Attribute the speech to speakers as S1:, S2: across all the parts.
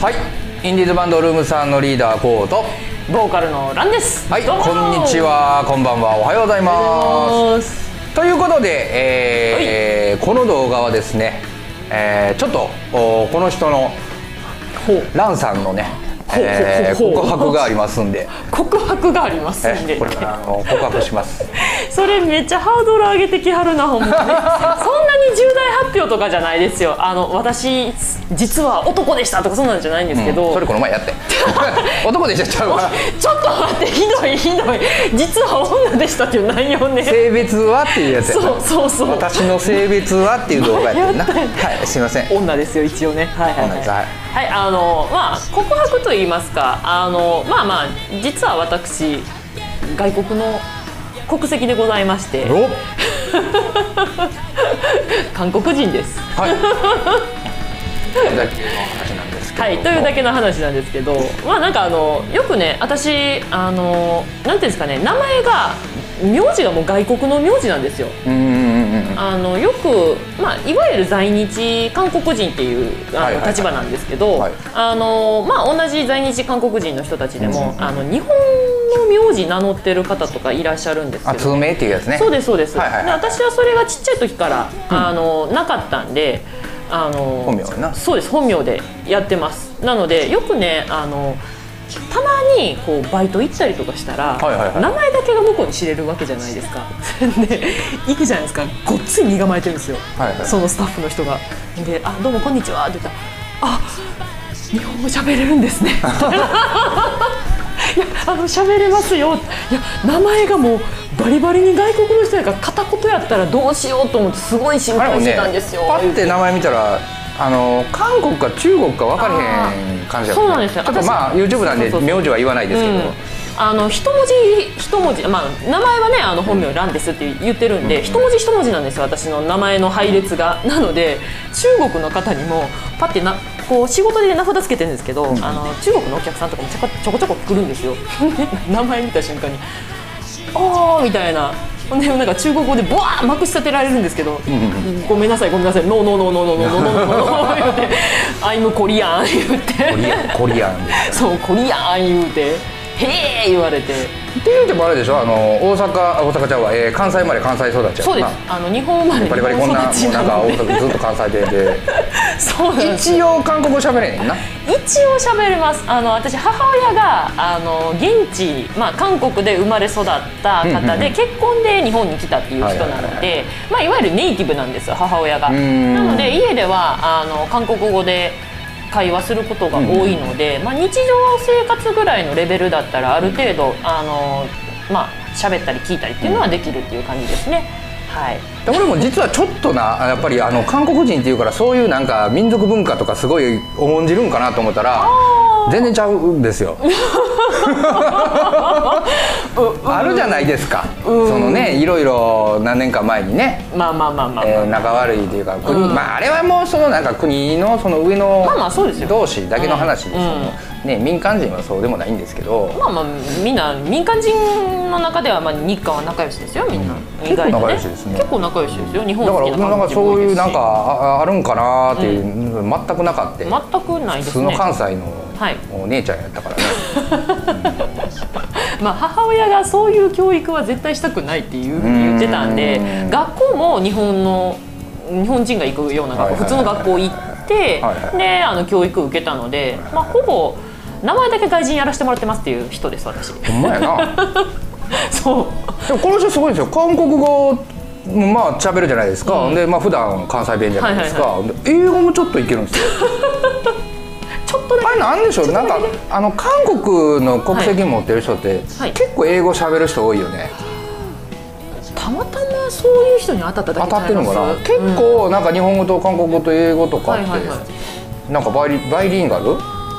S1: はいインディーズバンドルームさんのリーダーコーと
S2: ボーカルのランです。
S1: はい
S2: どうも
S1: こんにち。はこんばんはおはようござい
S2: おはよう
S1: ま
S2: ございます。
S1: すということで、えーこの動画はですね、えーちょっとおこの人の
S2: ほう
S1: ランさんのね、
S2: ほう
S1: えー
S2: ほうほう
S1: 告白がありますんで、
S2: 告白がありますん
S1: え
S2: で
S1: ー、これあの告白します
S2: それめっちゃハードル上げてきはるなほんま にそんなに重大発表とかじゃないですよあの私実は男でしたとかそんなんじゃないんですけど、
S1: それこの前やって 男でしちゃ うから
S2: ちょっと待ってひどいひどい実は女でしたっていう内容ね
S1: 性別はっていうやつやな
S2: そうそうそう
S1: 私の性別はっていう動画やってんな
S2: やった
S1: はいすいません
S2: 女ですよ一応ねはいは
S1: 女
S2: いは
S1: で
S2: い、
S1: すはい
S2: はい、あのまあ告白と言いますかあのまあまあ実は私外国の国籍でございまして
S1: お
S2: 韓国人です
S1: はい。これだけの話なんですけど。
S2: はい、というだけの話なんですけど、まあなんかあのよくね、私あのなんていうんですかね、名前が名字がもう外国の名字なんですよ。
S1: うんうんうんうん。
S2: あのよくまあいわゆる在日韓国人っていうあの、
S1: はいはいはい
S2: 立場なんですけど、
S1: はい
S2: あのまあ同じ在日韓国人の人たちで
S1: うんう
S2: も、
S1: んうん
S2: あの日本の名字名乗ってる方とかいらっしゃるんです
S1: あ、
S2: けど。
S1: 通名っていうやつね。
S2: そうですそうです、
S1: はいはいはい
S2: で私はそれがちっちゃい時から、あのなかったんであの
S1: 本名やな
S2: そうです本名でやってますなのでよくねあのたまにこうバイト行ったりとかした
S1: は
S2: ら、
S1: いはいはい
S2: 名前だけが向こうに知れるわけじゃないですか で行くじゃないですかごっつい身構えてるんですよ、
S1: はいはい
S2: そのスタッフの人がで「あどうもこんにちは」って言ったら「あ日本語喋れるんですね」いやあの喋れますよいや名前がもうバリバリに外国の人やから片言やったらどうしようと思ってすごい心
S1: あれ
S2: 配
S1: も
S2: し
S1: ね、
S2: てた
S1: パ
S2: んですよ、
S1: ッて名前見たら。あの韓国か中国か分かれへん感じだ
S2: そうなんですよ
S1: ちょっとまあ
S2: 私
S1: YouTube なんで
S2: そうそうそう
S1: 名字は言わないですけど、
S2: あの一文字一文字、まあ、名前はねあの本名なんですって言ってるんで、一文字一文字なんですよ私の名前の配列がなので中国の方にもパッてなこう仕事で名札つけてるんですけど、あの中国のお客さんとかもちょこちょこちょこ来るんですよ名前見た瞬間に「おー」みたいな。ほんでなんか中国語でボワーまくし立てられるんですけど、ごめんなさいごめんなさいノーノーノーノーノーノーノーノーノー言って「アイムコリアン」言って
S1: コリアンコリアンで
S2: そう、コリアン言うて、へえ言われて。
S1: っていうてもあれでしょあの大阪あ大阪ちゃうわ、えー関西生まれ関西育ちやもんな
S2: そうです。あの日本生まれ
S1: バリバリ
S2: 日
S1: こん
S2: 本
S1: なも
S2: 育ち
S1: うなんか
S2: の
S1: 大
S2: で
S1: 阪ずっと関西弁で
S2: そうなんです。
S1: 一応韓国語喋れへんな
S2: 一応喋れます。あの私母親があの現地まあ韓国で生まれ育った
S1: うんうんう
S2: 方
S1: ん
S2: で結婚で日本に来たっていう人な
S1: はいはい
S2: の
S1: はい
S2: で、まあいわゆるネイティブなんですよ母親が。
S1: ん
S2: なので家ではあの韓国語で。会話することが多いので、まあ、日常生活ぐらいのレベルだったらある程度あの、まあ喋ったり聞いたりっていうのはできるっていう感じですね。はい、
S1: で俺も実はちょっとなやっぱりあの韓国人っていうからそういうなんか民族文化とかすごい重んじるんかなと思ったら全然ちゃうんです よあるじゃないですかそのねいろいろ何年か前にね、
S2: まあまあまあまあ、
S1: えー仲悪いというか国、
S2: うん
S1: まああれはもうそのなんか国のその上の
S2: まあまあそうですよ
S1: 同士だけの話でそ
S2: うん
S1: のね民間人はそうでもないんですけど
S2: まあまあみんな民間人の中ではまあ日韓は仲良しですよみんな、
S1: ん
S2: 意外
S1: 結
S2: と
S1: 構仲
S2: ね
S1: 良しですね
S2: 結構仲良しですよ日本
S1: だか
S2: 好き
S1: ら
S2: な
S1: なんか
S2: 韓国
S1: そ
S2: 人も
S1: う
S2: 多い
S1: い
S2: で
S1: う
S2: すし
S1: なんかああるんかなーっていう、全くなかった
S2: 全くないで
S1: 普
S2: す
S1: 通の
S2: ね
S1: 関西の
S2: はい
S1: お姉ちゃんやったからね、
S2: まあ母親がそういう教育は絶対したくないっていうふうに言ってたんで
S1: うん
S2: 学校も日本の日本人が行くような学校
S1: はいはいはい
S2: 普通の学校行って
S1: はいはい
S2: であの教育受けたのでまあほぼ名前だけ外人やらせてもらってますっていう人で す私
S1: ほんまやな
S2: そう
S1: でもこの人すごいんですよ韓国語もまあ喋るじゃないですか、でまあ普段関西弁じゃないですか、
S2: は
S1: で英語もちょっといけるんですよ
S2: ちょっとだけ
S1: あれなんでしょうなんかあの韓国の国籍持ってる人って、
S2: はい
S1: 結構英語喋る人多いよね、
S2: たまたまそういう人に当たった
S1: 当
S2: だけち
S1: たっ
S2: ゃ
S1: て
S2: い
S1: る
S2: ま
S1: の
S2: す
S1: かな、結構なんか日本語と韓国語と英語とかって、
S2: はいはいは
S1: なんかバイリバイリンガル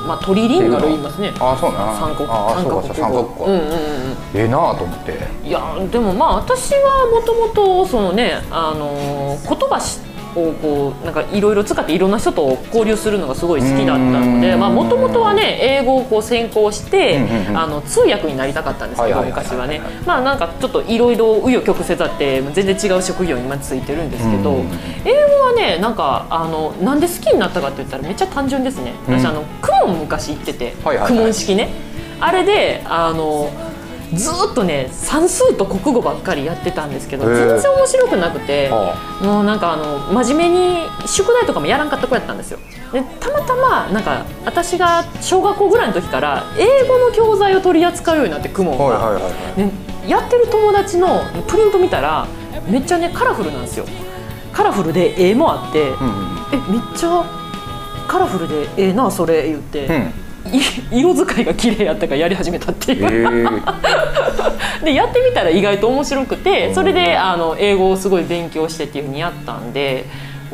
S2: まあ、トリリンガル言いますね。
S1: あそうなん
S2: 三国、
S1: あそうかそう三
S2: 語
S1: 国語、
S2: うんう
S1: え
S2: んうん
S1: えなあと思って
S2: うん。いや、でも、まあ、私はもともと、そのね、あのー言葉し。をこうなんかいろいろ使っていろんな人と交流するのがすごい好きだったので
S1: うん
S2: もともとはね英語をこう専攻して、
S1: うんうんうん
S2: あの通訳になりたかったんですけど、
S1: はいはいはいはい
S2: 昔はねまあなんかちょっといろいろ紆余曲折あって全然違う職業に今ついてるんですけど、
S1: うんうんうん
S2: 英語はねなんかあのなんで好きになったかって言ったらめっちゃ単純ですね、
S1: うん
S2: 私あのクモン昔行ってて、
S1: はいはいはい
S2: クモン式ねあれであのずーっとね算数と国語ばっかりやってたんですけど
S1: へー
S2: 全然面白くなくて、
S1: は
S2: もうなんかあの真面目に宿題とかもやらんかった子やったんですよでたまたまなんか私が小学校ぐらいの時から英語の教材を取り扱うようになってクモン
S1: い
S2: が、
S1: はいはいはい
S2: ね、やってる友達のプリント見たらめっちゃねカラフルなんですよカラフルで絵もあって、
S1: うん
S2: えめっちゃカラフルでええなそれ言って、
S1: うん
S2: い色使いが綺麗やったからやり始めたっていう、
S1: うんえ
S2: でやってみたら意外と面白くて
S1: うん
S2: それであの英語をすごい勉強してっていうふうにやったんで
S1: え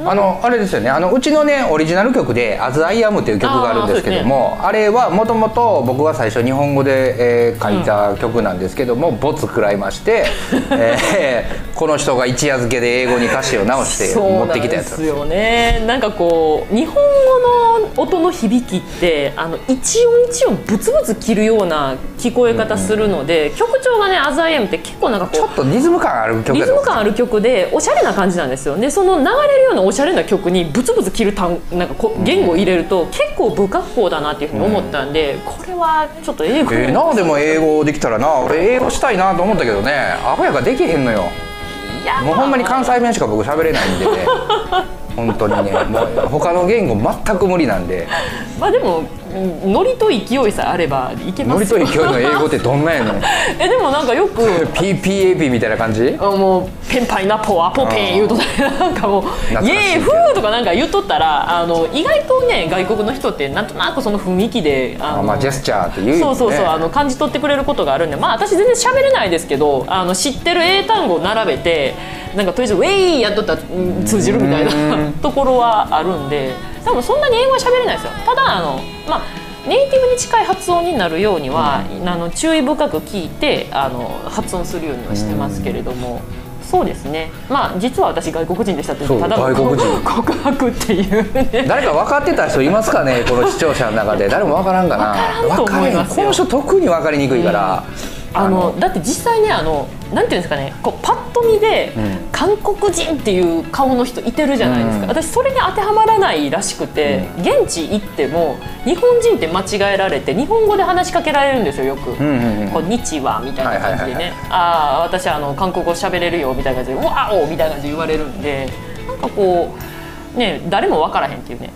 S1: あのあれですよねあのうちのねオリジナル曲で「As I Am」っていう曲があるんですけどもあ,、れはもともと僕が最初日本語で、えー書いた曲なんですけども、ボツ食らいま して、えーこの人が一夜漬けで英語に歌詞を直して持ってきたや
S2: そうな
S1: つ
S2: んですよねなんかこう日本語の音の響きってあの一音一音ブツブツ切るような聞こえ方するので、曲調がね「アザイエム」って結構なんか
S1: ちょ
S2: こ
S1: っとリズム感ある
S2: う
S1: 曲
S2: リ
S1: や
S2: ズ
S1: と
S2: ム
S1: 思う
S2: 感ある曲でおしゃれな感じなんですよねその流れるようなおしゃれな曲にブツブツ切る単なんかこう言語を入れると結構不格好だなっていうふうに思ったんで、これはちょっと英語
S1: えー、なでも英語できたらな俺英語したいなと思ったけどねアホやからできへんのよ
S2: いや
S1: もうほんまに関西弁しか僕喋れないんでね 本当にねもう他の言語全く無理なんで
S2: まあでもうんノリと勢いさえあればいけま
S1: ノリ
S2: すよ
S1: と勢いの英語ってどんなんやねん
S2: えでもなんかよく
S1: PPAP みたいな感じ
S2: あもうペンパイナポアポペン言うとったりなんかもう
S1: 懐かしい
S2: イエーイフーとかなんか言っとったらあの意外とね外国の人ってなんとなくその雰囲気であの
S1: あまあジェスチャーって言うよね
S2: そうそうそうあの感じ取ってくれることがあるんでまあ私全然喋れないですけどあの知ってる英単語を並べてなんかとりあえず「ウェイ!」やっとったらうん通じるみたいなところはあるんで多分そんなに英語は喋れないですよただあのまあネイティブに近い発音になるようには、あの注意深く聞いてあの発音するようにはしてますけれども、そうですねまあ実は私外国人でしたって
S1: そう
S2: ただの
S1: 外国人
S2: 告白っていうね
S1: 誰か分かってた人いますかねこの視聴者の中で誰も分からんかな
S2: 分からんと思いますよ
S1: 分この人特に分かりにくいから、
S2: あのだって実際ねあのなんていうんですかねこうパッと見で、
S1: うん
S2: 韓国人っていう顔の人いてるじゃないですか、
S1: うん
S2: 私それに当てはまらないらしくて、現地行っても日本人って間違えられて日本語で話しかけられるんですよよく。
S1: うんうんうん
S2: こう日はみたいな感じ
S1: はいは
S2: でね、
S1: いはい
S2: ああ私あの韓国語喋れるよみたいな感じでわおみたいな感じで言われるんでなんかこうね誰も分からへんっていうね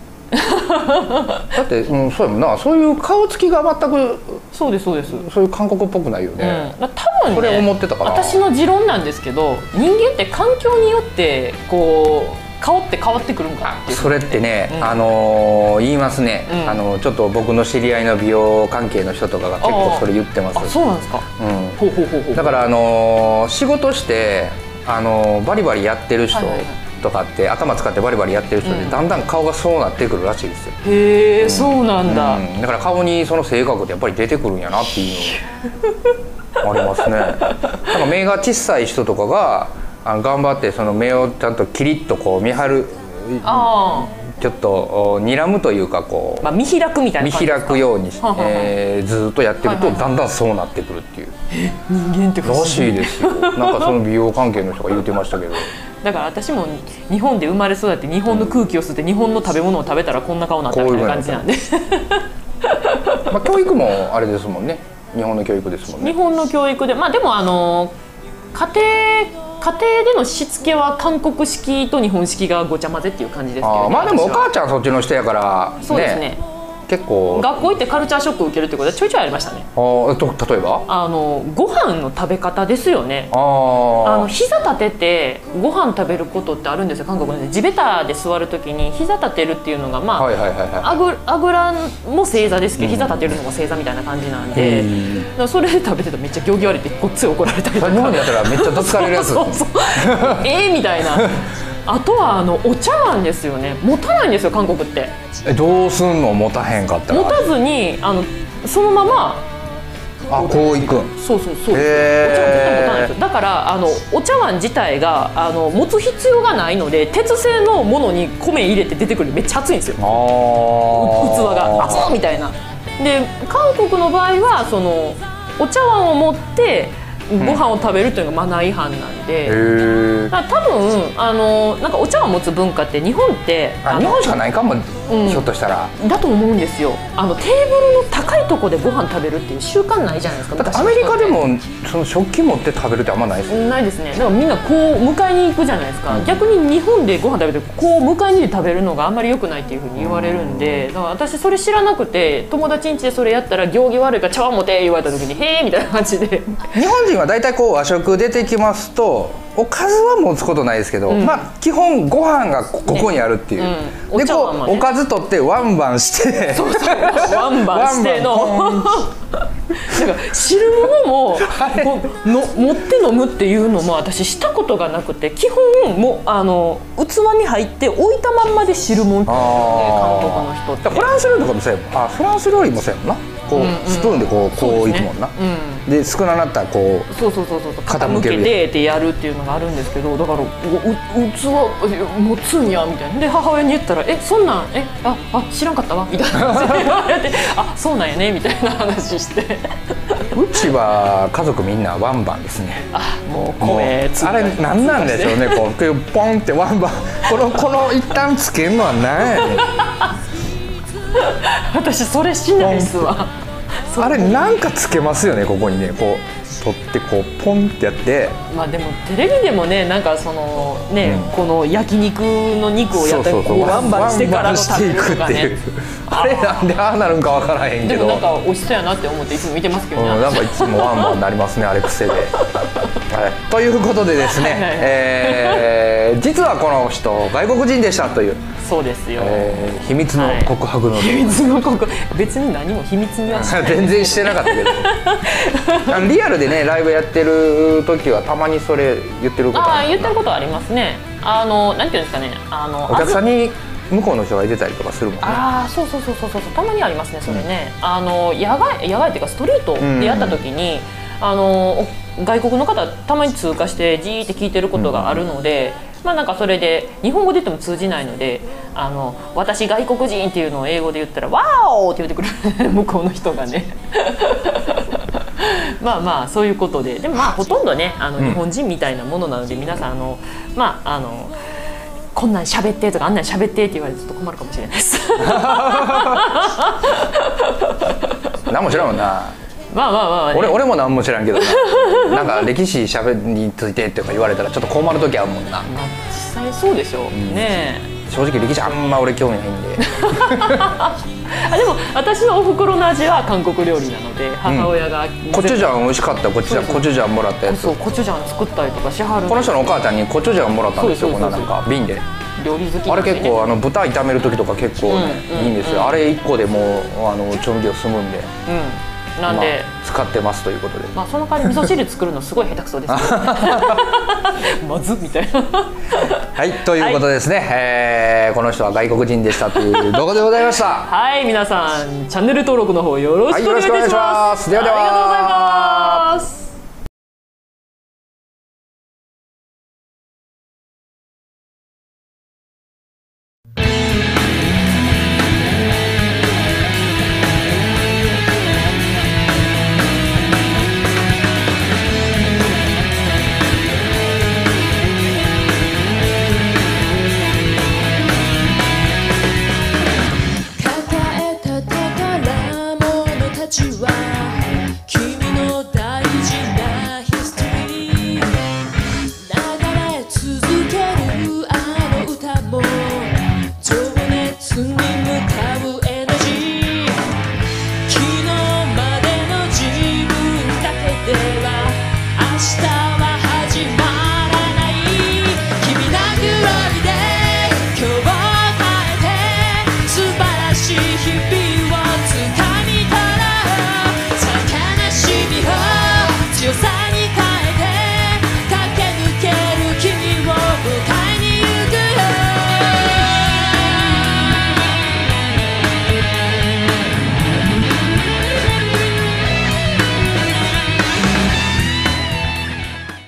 S1: だって、うん、そうやもんなそういう顔つきが全く
S2: そうですそうです
S1: そういう韓国っぽくないよね、
S2: うん、多分ね
S1: それ思ってたから
S2: 私の持論なんですけど人間って環境によってこう顔って変わってくるんかなっていう
S1: それってね、
S2: うん
S1: あのー言いますね、
S2: うん
S1: あのちょっと僕の知り合いの美容関係の人とかが結構それ言ってま
S2: あ
S1: す
S2: そうなんですか
S1: うん
S2: ほうほうほうほう
S1: だからあのー仕事してあのーバリバリやってる人
S2: はいはいはい
S1: とかって頭使ってバリバリやってる人で
S2: うん
S1: だんだん顔がそうなってくるらしいですよ、
S2: へえそうなんだ、
S1: うん、だから顔にその性格ってやっぱり出てくるんやなっていうのありますねなんか目が小さい人とかがあの頑張ってその目をちゃんとキリッとこう見張る
S2: あ
S1: ちょっとお睨むというかこ
S2: あ、まあ、見開くみた
S1: う
S2: いな
S1: 見
S2: 感じ
S1: 開くようにし
S2: はあはあはあ
S1: えーずーっとやってる
S2: は
S1: と
S2: いはい
S1: だんだんそうなってくるっていう
S2: 人間って不思
S1: ら
S2: 議
S1: しいですよなんかその美容関係の人が言うてましたけど
S2: だから私も日本で生まれ育って日本の空気を吸って日本の食べ物を食べたらこんな顔になったみたいな感じなんで
S1: まあ教育もあれですもんね日本の教育ですもん
S2: 日
S1: ね
S2: 本の教育でまあでもあの家庭家庭でのしつけは韓国式と日本式がごちゃ混ぜっていう感じですけれど
S1: あーまあでもお
S2: 私は
S1: 母ちゃんそっちの人やから
S2: そうですね
S1: 結構
S2: 学校行ってカルチャーショック受けるってことはちょいちょいありましたね
S1: あーと例えば
S2: あのご飯の食べ方ですよねあ
S1: あ
S2: の
S1: ー
S2: 膝立ててご飯食べることってあるんですよ韓国で地べたで座るときに膝立てるっていうのがまあ、
S1: はいはいはいは
S2: あぐあぐらも正座ですけど膝立てるのも正座みたいな感じなんで、
S1: へ
S2: だからそれで食べてたらめっちゃ行儀悪いってごっつい怒られたりと
S1: い
S2: か
S1: 日本でやったらめっちゃどつかれるやつ
S2: そうそうえーみたいなあとはあのお茶碗ですよね持たないんですよ韓国って
S1: えどうすんの持たへんかったら
S2: 持たずにあのそのまま
S1: あこういくん
S2: そうそうそう、
S1: へー
S2: お茶碗絶対持たないんですよだからあのお茶碗自体があの持つ必要がないので鉄製のものに米入れて出てくるめっちゃ熱いんですよ
S1: あー
S2: 器が熱っみたいなで韓国の場合はそのお茶碗を持ってご飯を食べるというのがマナー違反なんで、
S1: へえ
S2: だから多分あのなんかお茶碗持つ文化って日本って
S1: あ
S2: の
S1: 日本しかないかも、
S2: ん
S1: ひょっとしたら
S2: だと思うんですよあのテーブルの高いとこでご飯食べるっていう習慣ないじゃないですか
S1: だって
S2: 昔
S1: アメリカでもその食器持って食べるってあんまないですよ
S2: ないですねだからみんなこう迎えに行くじゃないですか、逆に日本でご飯食べてこう迎えに行って食べるのがあんまり良くないっていうふうに言われるんで、だから私それ知らなくて友達ん家でそれやったら行儀悪いから茶碗持て言われた時にへえみたいな感じで
S1: 日本人は大体こう和食出てきますとおかずは持つことないですけど、まあ基本ご飯がこここにあるっていう、
S2: ねうんお
S1: で
S2: 茶
S1: こ
S2: 碗も
S1: うお
S2: ね
S1: かず取ってワンバンして
S2: ワンバンして
S1: ワ
S2: のなんか汁物もこうの持って飲むっていうのも私したことがなくて基本もうあの器に入って置いたまんまで汁物って言うんですよね韓国の人って
S1: フランス料理とかもそうやもんあフランス料理もそうやもんなこう、スプーンでこうこういくもんな
S2: そうですね
S1: で少ななったらこう
S2: そうそうそうそう
S1: 傾
S2: 傾
S1: ける
S2: けてってやるっていうのがあるんですけどだからうう器え持つんやみたいなで母親に言ったら「えそんなんえああ知らんかったわ」みたいな感じで言われて「あそうなんやね」みたいな話して
S1: うちは家族みんなワンバンですね
S2: あもう
S1: もう
S2: 声つ
S1: あれ何なんでしょうねこうこういうポンってワンバンこのこの一旦つけんのは何やねん
S2: 私それしないっすわ
S1: あれなんかつけますよねここにねこう取ってこうポンってやって
S2: まあでもテレビでもねなんかそのね、この焼肉の肉をやったりこうワンバンしてからの食べるとか
S1: ワンバンしていくって
S2: ね
S1: いう あれなんでああなるんかわからへんけ
S2: で
S1: ど
S2: もなんか美味しそうやなって思っていつも見てますけどね、
S1: うん、なんかいつもワンマンになりますねあれ癖で、はい、ということでですね、
S2: はいはいはい
S1: えー実はこの人外国人でしたという、
S2: そうですよ、
S1: えー秘密の告白の電
S2: 秘
S1: 話、
S2: 密の告白別に何も秘密にはしない
S1: 全然してなかったけ どあのリアルでねライブやってる時はたまにそれ言ってること
S2: ああ
S1: る
S2: 言ってることはありますねあのなんていうんですかねあの
S1: お客さ
S2: あず
S1: んに向こうの人がいてたりとかするもんね
S2: ああそうそうそうそうそうたまにありますねそれね、あの野外野外っていうかストリートでやった時に、あのお外国の方たまに通過してじーって聞いてることがあるので、まあなんかそれで日本語で言っても通じないので「あの私外国人」っていうのを英語で言ったら「ワーオ!」って言ってくる 向こうの人がねまあまあそういうことででもまあほとんどねあの日本人みたいなものなので、皆さんあのまああのこんなん喋ってとかあんなん喋ってって言われてちょっと困るかもしれないです。
S1: 何も知らんもんな
S2: まあまあまあ、ね、
S1: 俺俺も何も知らんけどななんか歴史しゃべについてとか言われたらちょっと困る時あるもんな
S2: まあ実際そうでしょう、ねえ
S1: 正直歴史あんま俺興味ないん で
S2: あでも私のお袋の味は韓国料理なので母親が、
S1: コチュジ
S2: ン
S1: ャン美味しかったコチュジャン
S2: そうそう
S1: コチュジャンもらったやつ
S2: そうコチュジャン作ったりとかしはる
S1: この人のお母ちゃんにコチュジャンもらったんですよ
S2: そ
S1: こ
S2: うんそ
S1: な
S2: う
S1: な
S2: そうん
S1: か瓶で
S2: 料理好き
S1: あれ
S2: なんでね
S1: 結構あの豚炒める時とか結構ね
S2: うんうん
S1: いいんですよあれ1個でもうあの調味料済むんで
S2: うんなんで、
S1: まあ使ってますということで
S2: まあ、その代わり味噌汁作るのすごい下手くそですけどね、 まずっみたいな
S1: はいということでですねえーこの人は外国人でしたという動画でございました
S2: はい皆さんチャンネル登録の方よろしくお願いいたします,、
S1: はいよろしくお願いしますではでは
S2: ありがとうございます